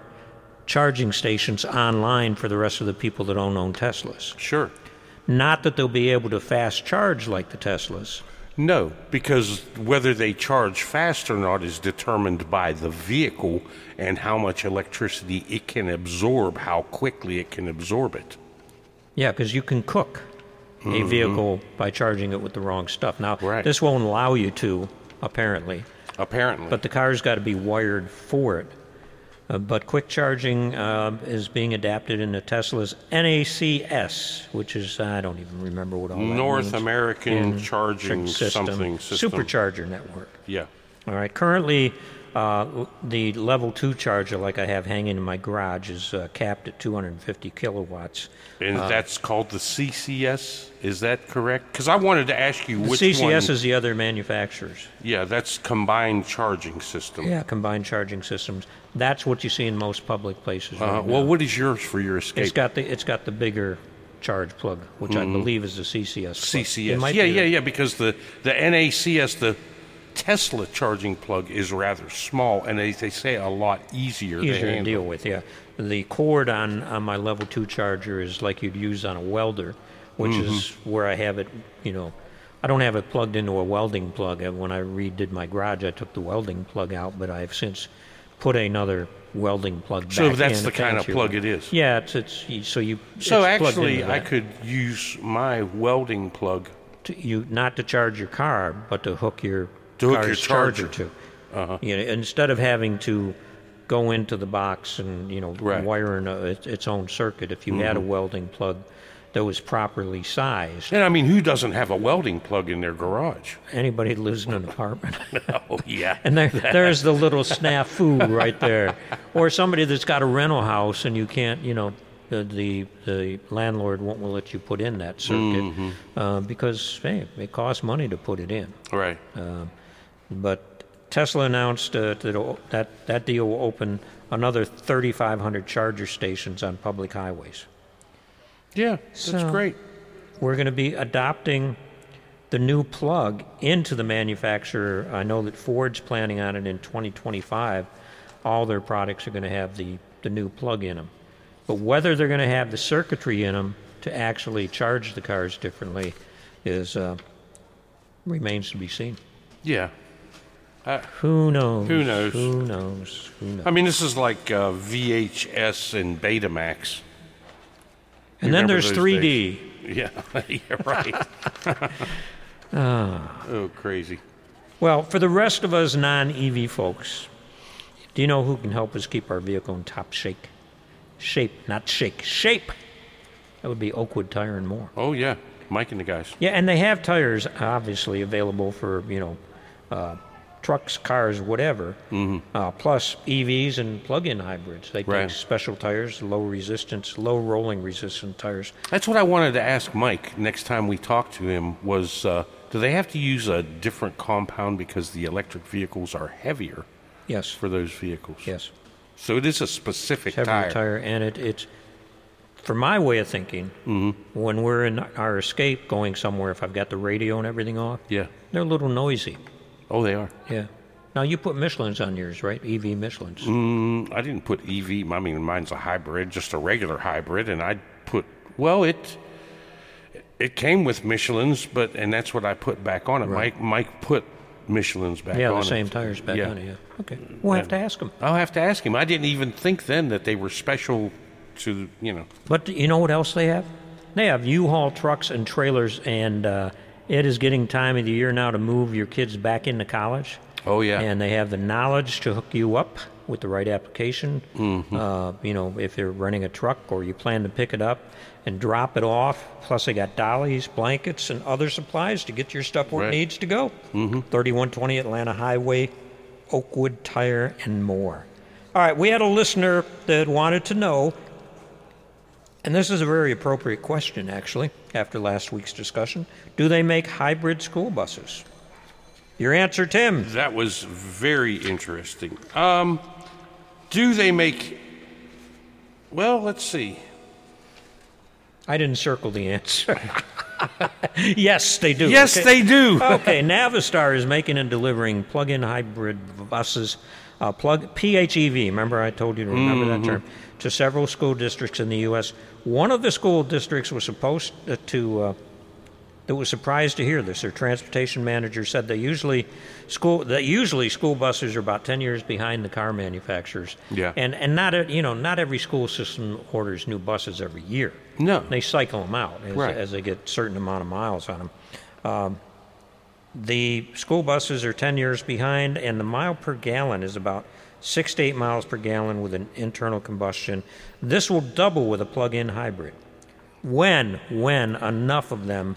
Speaker 1: charging stations online for the rest of the people that don't own Teslas.
Speaker 2: Sure.
Speaker 1: Not that they'll be able to fast charge like the Teslas.
Speaker 2: No, because whether they charge fast or not is determined by the vehicle and how much electricity it can absorb, how quickly it can absorb it.
Speaker 1: Yeah, because you can cook a vehicle by charging it with the wrong stuff. Now,
Speaker 2: Mm-hmm. Right.
Speaker 1: this won't allow you to, apparently,
Speaker 2: Apparently.
Speaker 1: but the car's got to be wired for it. Uh, but quick charging uh, is being adapted into Tesla's NACS, which is, I don't even remember what all that
Speaker 2: North
Speaker 1: means.
Speaker 2: American charging
Speaker 1: Electric system,
Speaker 2: something system.
Speaker 1: Supercharger network.
Speaker 2: Yeah.
Speaker 1: All right. Currently, uh, l- the level two charger, like I have hanging in my garage, is uh, capped at 250 kilowatts.
Speaker 2: And
Speaker 1: Uh.
Speaker 2: that's called the CCS. Is that correct? Because I wanted to ask you which
Speaker 1: CCS
Speaker 2: one.
Speaker 1: is the other manufacturers.
Speaker 2: yeah, that's combined charging system.
Speaker 1: Yeah, combined charging systems. That's what you see in most public places.
Speaker 2: Uh,
Speaker 1: right now.
Speaker 2: well, what is yours for your escape?
Speaker 1: it's got the it's got the bigger charge plug, which
Speaker 2: Mm-hmm.
Speaker 1: I believe is the CCS. plug. It
Speaker 2: CCS.
Speaker 1: might
Speaker 2: yeah,
Speaker 1: be
Speaker 2: yeah,
Speaker 1: the-
Speaker 2: yeah, because the, the NACS, the Tesla charging plug, is rather small, and they, they say a lot easier, to
Speaker 1: Easier to
Speaker 2: handle.
Speaker 1: deal with. Yeah, the cord on on my level two charger is like you'd use on a welder, which
Speaker 2: Mm-hmm.
Speaker 1: is where I have it. You know, I don't have it plugged into a welding plug. And When I redid my garage, I took the welding plug out, but I have since put another welding plug.
Speaker 2: So
Speaker 1: back
Speaker 2: that's
Speaker 1: in
Speaker 2: the
Speaker 1: to
Speaker 2: kind of
Speaker 1: answer your-
Speaker 2: plug it is.
Speaker 1: Yeah, it's it's so you.
Speaker 2: So
Speaker 1: it's plugged
Speaker 2: actually,
Speaker 1: into
Speaker 2: I
Speaker 1: that.
Speaker 2: could use my welding plug.
Speaker 1: to you not to charge your car, but to hook your
Speaker 2: To hook
Speaker 1: car's
Speaker 2: your charger. Uh-huh.
Speaker 1: to. You know, instead of having to go into the box and you know
Speaker 2: Right. Mm-hmm.
Speaker 1: wire in a, its its own circuit, if you had a welding plug that was properly sized,
Speaker 2: And I mean, who doesn't have a welding plug in their
Speaker 1: [laughs]
Speaker 2: garage?
Speaker 1: anybody that lives in an
Speaker 2: [laughs]
Speaker 1: apartment. [laughs]
Speaker 2: Oh, yeah.
Speaker 1: And there, there's the little snafu right there, or somebody that's got a rental house and you can't, you know, the the, the landlord won't let you put in that circuit
Speaker 2: Mm-hmm.
Speaker 1: uh, because hey, it costs money to put it in.
Speaker 2: right.
Speaker 1: Uh, But Tesla announced uh, that it'll- that that deal will open another 3,500 charger stations on public highways.
Speaker 2: yeah, that's
Speaker 1: so-
Speaker 2: great.
Speaker 1: We're going to be adopting the new plug into the manufacturer. I know that Ford's planning on it in 2025. All their products are going to have the, the new plug in them. But whether they're going to have the circuitry in them to actually charge the cars differently is uh, remains to be seen.
Speaker 2: Yeah.
Speaker 1: Who knows?
Speaker 2: Who knows?
Speaker 1: Who knows? Who knows?
Speaker 2: I mean, this is like uh, VHS and Betamax. [laughs]
Speaker 1: And then
Speaker 2: remember
Speaker 1: there's
Speaker 2: those
Speaker 1: 3D.
Speaker 2: Yeah, [laughs] yeah right.
Speaker 1: [laughs] Ah.
Speaker 2: oh, crazy.
Speaker 1: Well, for the rest of us non EV folks, do you know who can help us keep our vehicle in top shape? Shape, not shake, shape. That would be Oakwood Tire and More.
Speaker 2: Oh, yeah. Mike and the guys.
Speaker 1: Yeah, and they have tires obviously available for you know uh, trucks, cars, whatever. Uh, plus EVs and plug-in hybrids. They
Speaker 2: Mm-hmm. Right.
Speaker 1: take special tires, low resistance, low rolling resistant tires.
Speaker 2: That's what I wanted to ask Mike next time we talk to him was uh, do they have to use a different compound because the electric vehicles are heavier
Speaker 1: Yes,
Speaker 2: for those vehicles?
Speaker 1: yes,
Speaker 2: So it is a specific
Speaker 1: heavier
Speaker 2: tire.
Speaker 1: tire. and it, it's for my way of thinking.
Speaker 2: Mm-hmm.
Speaker 1: When we're in our escape going somewhere, if I've got the radio and everything off,
Speaker 2: Yeah.
Speaker 1: they're a little noisy.
Speaker 2: Oh, they are.
Speaker 1: Yeah. Now you put Michelin's on yours, right? EV Michelin's.
Speaker 2: Mm, I didn't put EV. I mean, mine's a hybrid, just a regular hybrid, and I put well, it it came with Michelin's, but and that's what I put back on it. Mike Mike put Michelin's back
Speaker 1: Yeah,
Speaker 2: on
Speaker 1: the
Speaker 2: it.
Speaker 1: same tires back
Speaker 2: Yeah. Mm-hmm.
Speaker 1: on it. Yeah. Okay. We'll have to ask them.
Speaker 2: I'll have to ask him. I didn't even think then that they were special to you know.
Speaker 1: But you know what else they have? They have U-Haul trucks and trailers, and uh, it is getting time of the year now to move your kids back into college.
Speaker 2: Oh yeah,
Speaker 1: And they have the knowledge to hook you up with the right application.
Speaker 2: Mm-hmm.
Speaker 1: Uh, you know, if they're running a truck or you plan to pick it up and drop it off. Plus, they got dollies, blankets, and other supplies to get your stuff where
Speaker 2: Right. Mm-hmm.
Speaker 1: it needs to go. 3120 Atlanta Highway, Oakwood Tire, and more. All right, we had a listener that wanted to know, and this is a very appropriate question, actually, after last week's discussion do they make hybrid school buses? Your answer, Tim.
Speaker 2: that was very interesting. Um, do they make? Well, let's see.
Speaker 1: I didn't circle the answer. [laughs] yes, they do.
Speaker 2: Yes,
Speaker 1: okay. Uh,
Speaker 2: they
Speaker 1: [laughs]
Speaker 2: do.
Speaker 1: okay, Navistar is making and delivering plug-in hybrid buses, uh, plug PHEV. Remember, I told you to remember
Speaker 2: Mm-hmm.
Speaker 1: that term to several school districts in the U.S. One of the school districts was supposed to. Uh, that was surprised to hear this. Their transportation manager said they usually school that usually school buses are about ten years behind the car manufacturers.
Speaker 2: Yeah.
Speaker 1: and and not a, you know not every school system orders new buses every year.
Speaker 2: No.
Speaker 1: they cycle them out as,
Speaker 2: Right.
Speaker 1: as they get certain amount of miles on them. The school buses are 10 years behind, and the mile per gallon is about six to eight miles per gallon with an internal combustion. This will double with a plug in hybrid when, when enough of them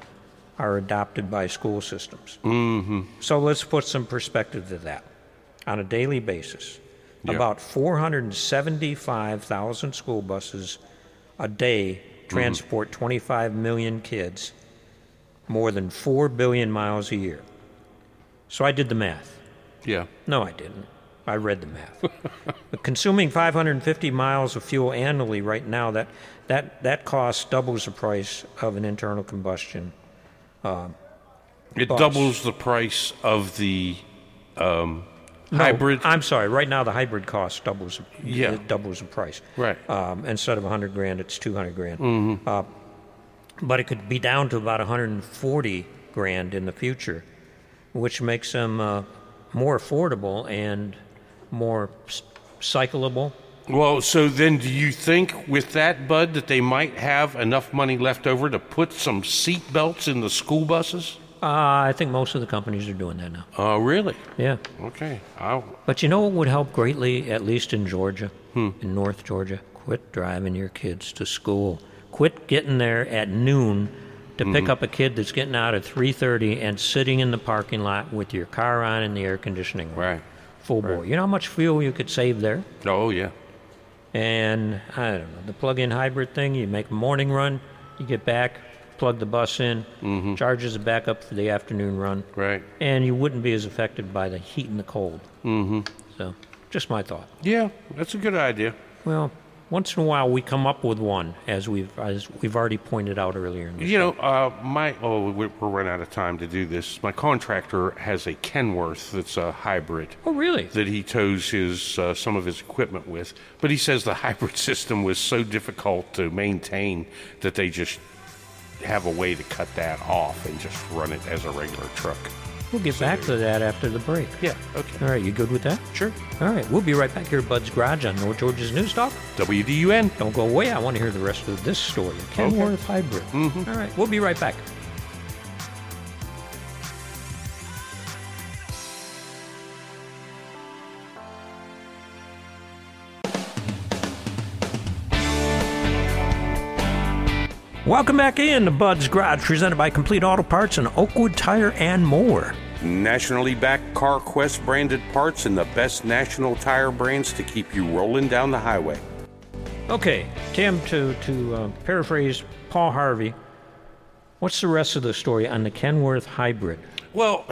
Speaker 1: are adopted by school systems. Mm-hmm. So let's put some perspective to that. On a daily basis, about 475,000 school buses a day transport 25 million kids more than 4 billion miles a year. So I did the math.
Speaker 2: Yeah.
Speaker 1: No, I didn't. I read the math. but consuming 550 miles of fuel annually right now, that, that, that cost doubles the price of an internal combustion.
Speaker 2: It
Speaker 1: Bus.
Speaker 2: doubles the price of the um, hybrid.
Speaker 1: I'm sorry. Right now, the hybrid cost doubles.
Speaker 2: Yeah.
Speaker 1: it doubles the price.
Speaker 2: Right. Mm-hmm.
Speaker 1: Um, instead of 100 grand, it's 200 grand. Uh, but it could be down to about 140 grand in the future, which makes them uh, more affordable and more s- cyclable.
Speaker 2: well, so then do you think with that, Bud, that they might have enough money left over to put some seat belts in the school buses?
Speaker 1: Uh, I think most of the companies are doing that now.
Speaker 2: Oh, really?
Speaker 1: Yeah.
Speaker 2: Okay. I'll,
Speaker 1: But you know what would help greatly, at least in Georgia,
Speaker 2: Hmm.
Speaker 1: in North Georgia? Quit driving your kids to school. Quit getting there at noon to
Speaker 2: Hmm.
Speaker 1: pick up a kid that's getting out at 3.30 and sitting in the parking lot with your car on and the air conditioning on.
Speaker 2: right.
Speaker 1: Full bore. You know how much fuel you could save there?
Speaker 2: Oh, yeah.
Speaker 1: And I don't know, the plug in hybrid thing, you make a morning run, you get back, plug the bus in,
Speaker 2: Mm-hmm.
Speaker 1: charges it back up for the afternoon run,
Speaker 2: Right.
Speaker 1: and you wouldn't be as affected by the heat and the cold. Mm-hmm. So, just my thought.
Speaker 2: Yeah, that's a good idea.
Speaker 1: Well, once in a while we come up with one, as we've as we've already pointed out earlier. In the
Speaker 2: You know, uh, my oh, we're, we're running out of time to do this. My contractor has a Kenworth that's a hybrid.
Speaker 1: oh, really?
Speaker 2: that he tows his uh, some of his equipment with. But he says the [laughs] hybrid system was so difficult to maintain that they just have a way to cut that off and just run it as a regular truck.
Speaker 1: We'll get back to that after the break.
Speaker 2: Yeah. Okay.
Speaker 1: All right, you good with that?
Speaker 2: Sure.
Speaker 1: All right, we'll be right back here at Bud's Garage on North Georgia's News Talk.
Speaker 2: WDUN.
Speaker 1: Don't go away. I want to hear the rest of this story. Kenworth Hybrid. All right, we'll be right back. Welcome back in to Bud's Garage, presented by Complete Auto Parts and Oakwood Tire and more.
Speaker 2: Nationally backed CarQuest branded parts and the best national tire brands to keep you rolling down the highway.
Speaker 1: Okay, Tim, to, to uh, paraphrase Paul Harvey, what's the rest of the story on the Kenworth hybrid?
Speaker 2: Well,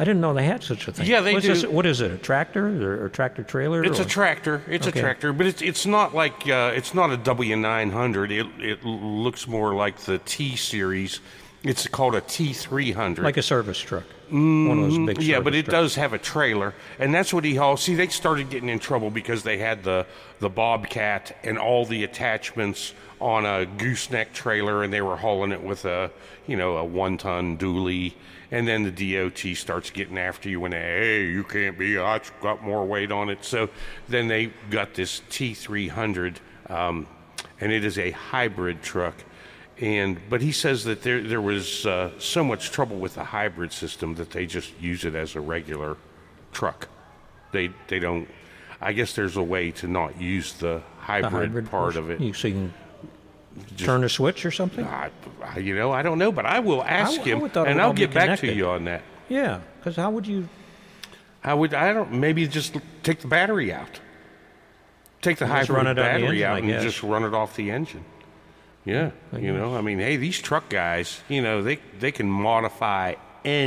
Speaker 1: I didn't know they had such a thing.
Speaker 2: Yeah, they
Speaker 1: What's
Speaker 2: do.
Speaker 1: this- what is it, a tractor or, or tractor trailer?
Speaker 2: it's a
Speaker 1: or-
Speaker 2: tractor. It's
Speaker 1: Okay.
Speaker 2: a tractor, but it's it's not like uh, it's not a W nine hundred. It it looks more like the T series. It's called a T three hundred.
Speaker 1: Like a service truck. One of those big
Speaker 2: Mm, Yeah,
Speaker 1: service
Speaker 2: but it
Speaker 1: trucks.
Speaker 2: does have a trailer, and that's what he hauls. See, they started getting in trouble because they had the the Bobcat and all the attachments on a gooseneck trailer, and they were hauling it with a you know a one ton dually. And then the DOT starts getting after you and hey, you can't be. I got more weight on it. So then they got this T300, um, and it is a hybrid truck and but he says that there there was uh, so much trouble with the hybrid system that they just use it as a regular truck. They they don't. I guess there's a way to not use the hybrid,
Speaker 1: The hybrid
Speaker 2: part
Speaker 1: version.
Speaker 2: of it.
Speaker 1: You, so you can turn a switch or something?
Speaker 2: I, I- you know, I don't know, but I will ask
Speaker 1: I
Speaker 2: him,
Speaker 1: would thought it
Speaker 2: and
Speaker 1: would
Speaker 2: I'll
Speaker 1: all be
Speaker 2: get back to
Speaker 1: connected.
Speaker 2: you on that.
Speaker 1: yeah, because how would you?
Speaker 2: I would. I don't. Maybe just take the battery out. Take the
Speaker 1: Just
Speaker 2: hybrid
Speaker 1: run it on the
Speaker 2: battery
Speaker 1: engine,
Speaker 2: out
Speaker 1: I
Speaker 2: and
Speaker 1: guess.
Speaker 2: just run it off the engine. Yeah, you know. I mean, hey, these truck guys, you know, they they can modify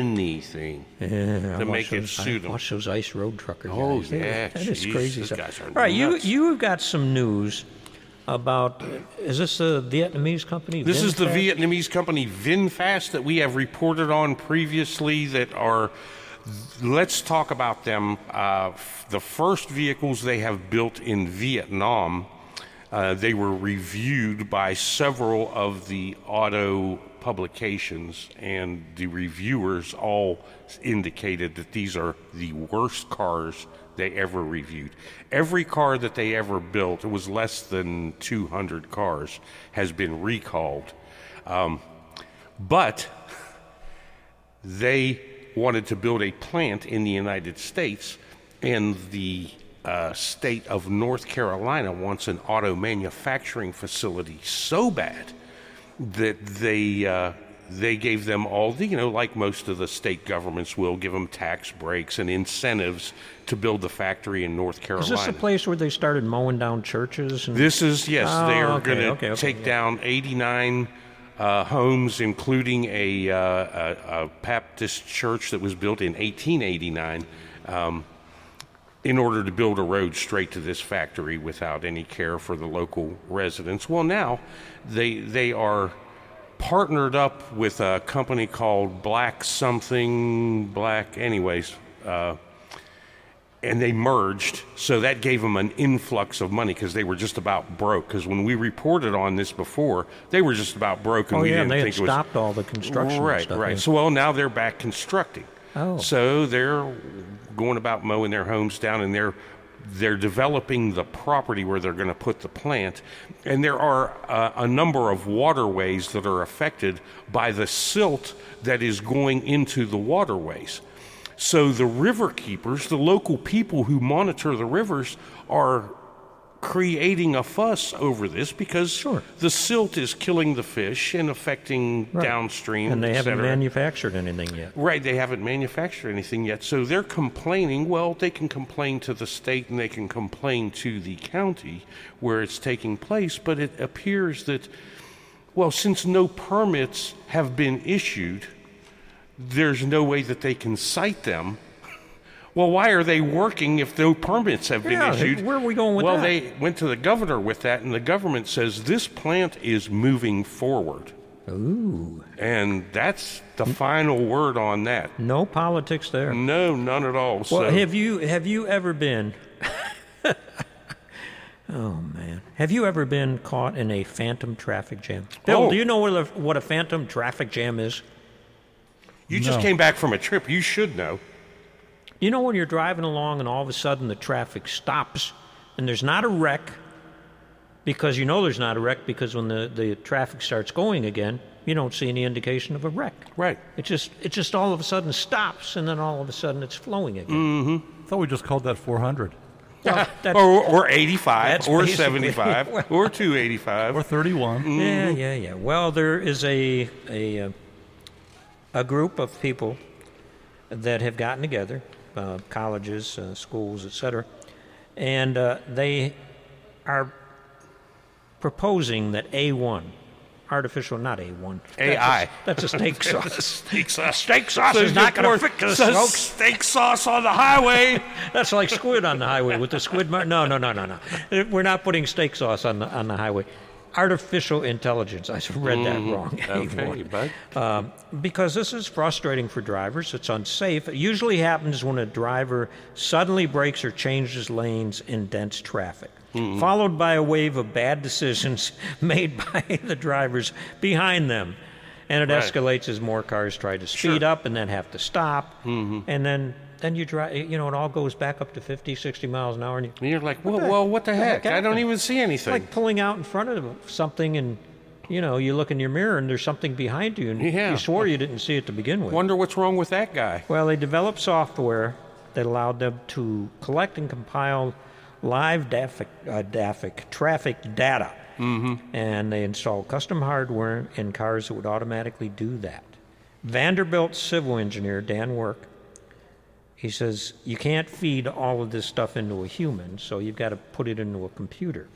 Speaker 2: anything.
Speaker 1: Yeah,
Speaker 2: To make it suit 'em.
Speaker 1: Watch those ice road trucker guys.
Speaker 2: Oh,
Speaker 1: They-
Speaker 2: yeah,
Speaker 1: that is
Speaker 2: jeez,
Speaker 1: crazy.
Speaker 2: those
Speaker 1: stuff.
Speaker 2: guys are
Speaker 1: All right,
Speaker 2: nuts.
Speaker 1: you you've got some news about is this the Vietnamese company?
Speaker 2: This is the
Speaker 1: Vinfast?
Speaker 2: Vietnamese company VinFast that we have reported on previously that are. Let's talk about them. Uh, f- the first vehicles they have built in Vietnam, uh, they were reviewed by several of the auto publications, and the reviewers all indicated that these are the worst cars they ever reviewed. Every car that they ever built, it was less than 200 cars, has been recalled. Um, but they wanted to build a plant in the United States, and the uh, state of North Carolina wants an auto manufacturing facility so bad that they uh, they gave them all the you know like most of the state governments will give them tax breaks and incentives to build the factory in North
Speaker 1: Is
Speaker 2: Carolina.
Speaker 1: this the place where they started mowing down churches? And,
Speaker 2: This is yes. they
Speaker 1: Oh,
Speaker 2: are
Speaker 1: okay,
Speaker 2: going to
Speaker 1: okay, okay,
Speaker 2: take
Speaker 1: yeah.
Speaker 2: down 89 uh, homes, including a, uh, a, a Baptist church that was built in 1889, um, in order to build a road straight to this factory without any care for the local residents. Well, now they they are partnered up with a company called Black Something Black. Anyways. Uh, and they merged so that gave them an influx of money because they were just about broke because when we reported on this before they were just about broke and
Speaker 1: oh
Speaker 2: we
Speaker 1: yeah,
Speaker 2: didn't
Speaker 1: they had
Speaker 2: think it was
Speaker 1: stopped all the construction. and
Speaker 2: right
Speaker 1: stuff,
Speaker 2: right
Speaker 1: yeah.
Speaker 2: so well now they're back constructing
Speaker 1: Oh.
Speaker 2: so they're going about mowing their homes down and they're they're developing the property where they're going to put the plant and there are uh, a number of waterways that are affected by the silt that is going into the waterways so the river keepers, the local people who monitor the rivers, are creating a fuss over this because
Speaker 1: Sure.
Speaker 2: the silt is killing the fish and affecting
Speaker 1: Right.
Speaker 2: downstream.
Speaker 1: and they
Speaker 2: et
Speaker 1: haven't
Speaker 2: cetera.
Speaker 1: manufactured anything yet.
Speaker 2: Right, they haven't manufactured anything yet. So they're complaining. Well, they can complain to the state and they can complain to the county where it's taking place, but it appears that, well, since no permits have been issued, there's no way that they can cite them. Well, why are they working if no permits have been
Speaker 1: Yeah,
Speaker 2: issued?
Speaker 1: where are we going with
Speaker 2: well,
Speaker 1: that?
Speaker 2: they went to the governor with that, and the government says this plant is moving forward.
Speaker 1: Ooh, Mm.
Speaker 2: And that's the final word on that.
Speaker 1: no politics there.
Speaker 2: No, none at all.
Speaker 1: Well,
Speaker 2: Mm, so,
Speaker 1: have you have you ever been? [laughs] oh man, have you ever been caught in a phantom traffic jam? Bill,
Speaker 2: Oh.
Speaker 1: do you know what a, what a phantom traffic jam is?
Speaker 2: you just came back from a trip. You should know.
Speaker 1: You know when you're driving along and all of a sudden the traffic stops and there's not a wreck because you know there's not a wreck because when the, the traffic starts going again, you don't see any indication of a wreck.
Speaker 2: Right.
Speaker 1: It just it just all of a sudden stops and then all of a sudden it's flowing again.
Speaker 3: I thought we just called that 400.
Speaker 1: [laughs] That's-
Speaker 2: or, or 85,
Speaker 1: That's
Speaker 2: or
Speaker 1: basically- [laughs]
Speaker 2: 75, or 285.
Speaker 3: Or 31.
Speaker 1: Yeah, yeah, yeah. Well, there is a a uh, a group of people that have gotten together, uh, colleges, uh, schools, etc., and uh, they are proposing that A1, artificial, not A1,
Speaker 2: AI.
Speaker 1: That's a, that's a steak sauce.
Speaker 2: steak sauce.
Speaker 1: Steak sauce is not going to fix us, folks.
Speaker 2: Steak sauce on the highway.
Speaker 1: That's like squid on the highway with the squid. Mar- no, no, no, no, no. We're not putting steak sauce on the on the highway. Artificial intelligence. I read that wrong. [laughs]
Speaker 2: Mm, okay, bud.
Speaker 1: Um, because this is frustrating for drivers. It's unsafe. It usually happens when a driver suddenly breaks or changes lanes in dense traffic,
Speaker 2: Mm-hmm.
Speaker 1: followed by a wave of bad decisions [laughs] made by the drivers behind them. And it
Speaker 2: Right.
Speaker 1: escalates as more cars try to speed
Speaker 2: Sure. Mm-hmm.
Speaker 1: up and then have to stop. And then, then you drive, you know, it all goes back up to 50, 60 miles an hour. And you,
Speaker 2: And you're like, well, well, what the heck? I don't
Speaker 1: happened?
Speaker 2: even see anything.
Speaker 1: like pulling out in front of something and, you know, you look in your mirror and there's something behind you and
Speaker 2: Yeah.
Speaker 1: you swore you didn't see it to begin with.
Speaker 2: Wonder what's wrong with that guy.
Speaker 1: Well, they developed software that allowed them to collect and compile live DAFIC, uh, DAFIC traffic data. Mm-hmm. And they installed custom hardware in cars that would automatically do that. Vanderbilt civil engineer Dan Work, he says, you can't feed all of this stuff into a human, so you've got to put it into a computer.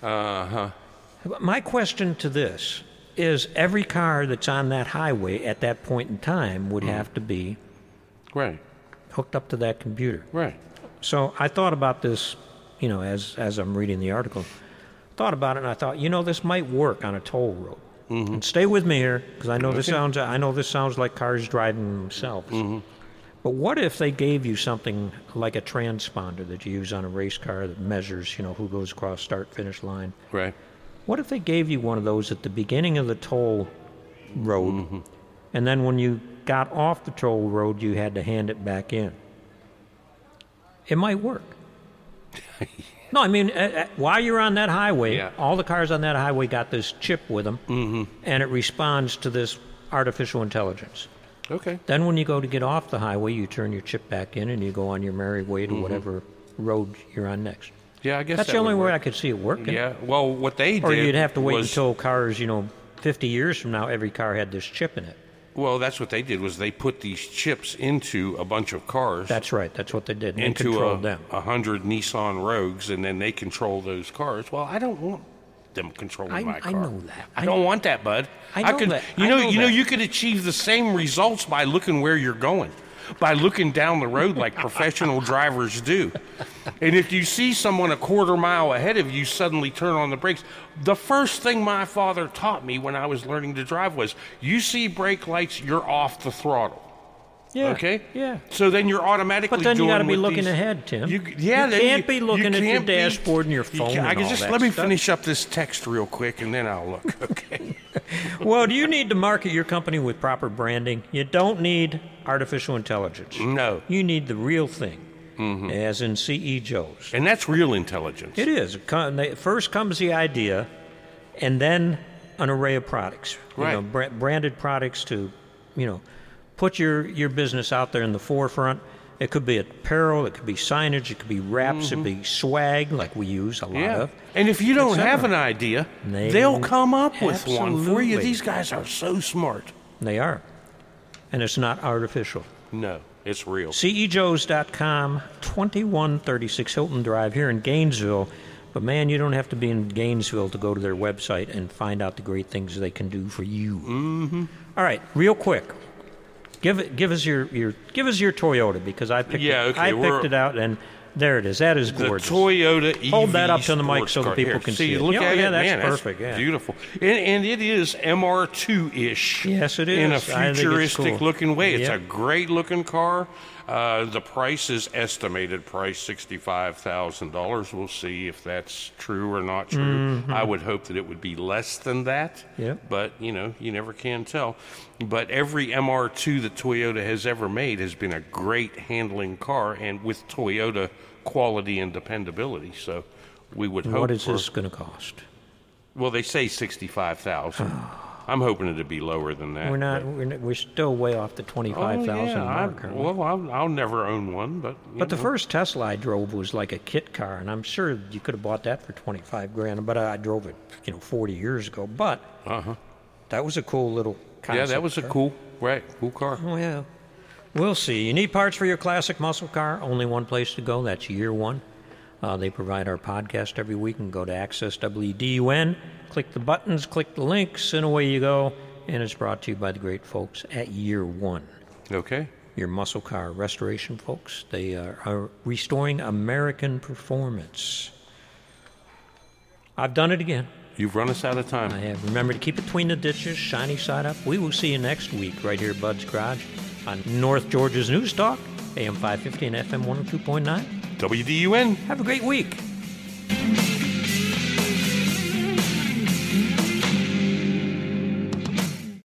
Speaker 1: But My question to this is every car that's on that highway at that point in time would have to be
Speaker 2: Right,
Speaker 1: hooked up to that computer.
Speaker 2: right.
Speaker 1: So I thought about this, you know, as as I'm reading the article, thought about it, and I thought, you know, this might work on a toll road. And stay with me here, because I know this sounds I know this sounds like cars driving themselves. But what if they gave you something like a transponder that you use on a race car that measures, you know, who goes across start finish line?
Speaker 2: Right.
Speaker 1: What if they gave you one of those at the beginning of the toll road,
Speaker 2: Mm-hmm.
Speaker 1: and then when you got off the toll road, you had to hand it back in? It might
Speaker 2: [laughs]
Speaker 1: work. no, I mean, uh, uh, while you're on that highway,
Speaker 2: Yeah. Mm-hmm.
Speaker 1: all the cars on that highway got this chip with them, and it responds to this artificial intelligence.
Speaker 2: Okay.
Speaker 1: Then, when you go to get off the highway, you turn your chip back in and you go on your merry way to whatever road you're on next.
Speaker 2: Yeah, I Mm-hmm. guess
Speaker 1: That's
Speaker 2: that
Speaker 1: the only
Speaker 2: would
Speaker 1: way I
Speaker 2: work.
Speaker 1: could see it working.
Speaker 2: Yeah. Well, what they
Speaker 1: Or
Speaker 2: did
Speaker 1: you'd have to wait
Speaker 2: was-
Speaker 1: until cars, you know, 50 years from now, every car had this chip in it.
Speaker 2: Well, that's what they did was they put these chips into a bunch of cars.
Speaker 1: That's right. That's what they did. And they
Speaker 2: into a,
Speaker 1: controlled them.
Speaker 2: a hundred Nissan Rogues, and then they control those cars. Well, I don't want them controlling
Speaker 1: I-
Speaker 2: my car.
Speaker 1: I know that.
Speaker 2: I,
Speaker 1: I-
Speaker 2: don't want that, bud.
Speaker 1: I know
Speaker 2: could,
Speaker 1: that.
Speaker 2: You
Speaker 1: I
Speaker 2: know,
Speaker 1: know
Speaker 2: you know,
Speaker 1: that.
Speaker 2: you could achieve the same results by looking where you're going, by looking down the
Speaker 1: [laughs]
Speaker 2: road like professional drivers do. And if you see someone a quarter mile ahead of you, suddenly turn on the brakes. The first thing my father taught me when I was learning to drive was: you see brake lights, you're off the throttle.
Speaker 1: Yeah.
Speaker 2: Okay.
Speaker 1: Yeah.
Speaker 2: So then you're automatically.
Speaker 1: But then you
Speaker 2: doing
Speaker 1: got to be
Speaker 2: with
Speaker 1: looking
Speaker 2: these-
Speaker 1: ahead, Tim.
Speaker 2: You, yeah.
Speaker 1: you
Speaker 2: then
Speaker 1: can't be looking
Speaker 2: you
Speaker 1: at your
Speaker 2: can't be-
Speaker 1: dashboard and your
Speaker 2: you
Speaker 1: phone.
Speaker 2: can't- I
Speaker 1: and
Speaker 2: can
Speaker 1: all
Speaker 2: just
Speaker 1: that
Speaker 2: let me
Speaker 1: stuff.
Speaker 2: finish up this text real quick, and then I'll look.
Speaker 1: [laughs]
Speaker 2: Okay.
Speaker 1: Well, do you need to market your company with proper branding? You don't need artificial intelligence.
Speaker 2: no.
Speaker 1: You need the real thing,
Speaker 2: Mm-hmm.
Speaker 1: as in CE Joe's.
Speaker 2: And that's real intelligence.
Speaker 1: It is. It com- they- First comes the idea, and then an array of products. You
Speaker 2: Right.
Speaker 1: know, bra- branded products to, you know, put your, your business out there in the forefront. It could be apparel, it could be signage, it could be wraps, it could be swag, like we use a lot
Speaker 2: Mm-hmm. yeah.
Speaker 1: of.
Speaker 2: And if you don't
Speaker 1: cetera.
Speaker 2: have an idea,
Speaker 1: They-
Speaker 2: they, will come up with one for
Speaker 1: Absolutely.
Speaker 2: you. These guys are so smart.
Speaker 1: They are. And it's not artificial.
Speaker 2: No, it's real.
Speaker 1: E CEJoes.com, 2136 Hilton Drive here in Gainesville. But man, you don't have to be in Gainesville to go to their website and find out the great things they can do for you. Mm-hmm. right, real quick, give it, give us your, your give us your Toyota because I picked
Speaker 2: Yeah,
Speaker 1: it,
Speaker 2: okay,
Speaker 1: I
Speaker 2: we're-
Speaker 1: picked it out and there it is. That is
Speaker 2: The
Speaker 1: gorgeous.
Speaker 2: Toyota EV
Speaker 1: Hold that up to the mic
Speaker 2: sports
Speaker 1: so the
Speaker 2: car.
Speaker 1: people
Speaker 2: Here,
Speaker 1: can
Speaker 2: see.
Speaker 1: see it.
Speaker 2: Look
Speaker 1: Yeah,
Speaker 2: at
Speaker 1: yeah,
Speaker 2: it,
Speaker 1: that's
Speaker 2: man.
Speaker 1: perfect, yeah.
Speaker 2: beautiful, and, and it is MR2 ish.
Speaker 1: Yes, it
Speaker 2: in a
Speaker 1: is. I think it's cool.
Speaker 2: futuristic looking way. It's a
Speaker 1: Yep.
Speaker 2: great looking car. Uh, the price is estimated price sixty five thousand dollars. We'll see if that's true or not true. I would hope that it would be less than that.
Speaker 1: Mm-hmm. Yep.
Speaker 2: But you know, you never can tell. But every MR2 that Toyota has ever made has been a great handling car, and with Toyota quality and dependability. So we would hope.
Speaker 1: what is
Speaker 2: for-
Speaker 1: this going to cost? [sighs]
Speaker 2: Well, they say sixty-five thousand. I'm hoping it'd be lower than that.
Speaker 1: We're not.
Speaker 2: but-
Speaker 1: We're, n- we're still way off the twenty-five
Speaker 2: Oh,
Speaker 1: thousand
Speaker 2: yeah, I-
Speaker 1: mark. aren't we?
Speaker 2: Well, I'll, I'll never own one, but you
Speaker 1: But the
Speaker 2: know.
Speaker 1: first Tesla I drove was like a kit car, and I'm sure you could have bought that for 25 grand. But I drove it, you know, 40 years ago. But that was a cool little
Speaker 2: Uh-huh. yeah,
Speaker 1: concept.
Speaker 2: that was a
Speaker 1: car.
Speaker 2: cool, right, cool car.
Speaker 1: Oh yeah, we'll see. You need parts for your classic muscle car? Only one place to go. That's Year One. Uh, they provide our podcast every week. And go to Access WDUN, click the buttons, click the links, and away you go. And it's brought to you by the great folks at Year One
Speaker 2: Okay,
Speaker 1: your muscle car restoration folks. They are, are restoring American performance. I've done it again.
Speaker 2: you've run us out of time.
Speaker 1: I have. Remember to keep it between the ditches, shiny side up. We will see you next week right here at Bud's Garage on North oh Georgia's News Talk, AM 550 and FM 102.9.
Speaker 2: WDUN.
Speaker 1: Have a great week.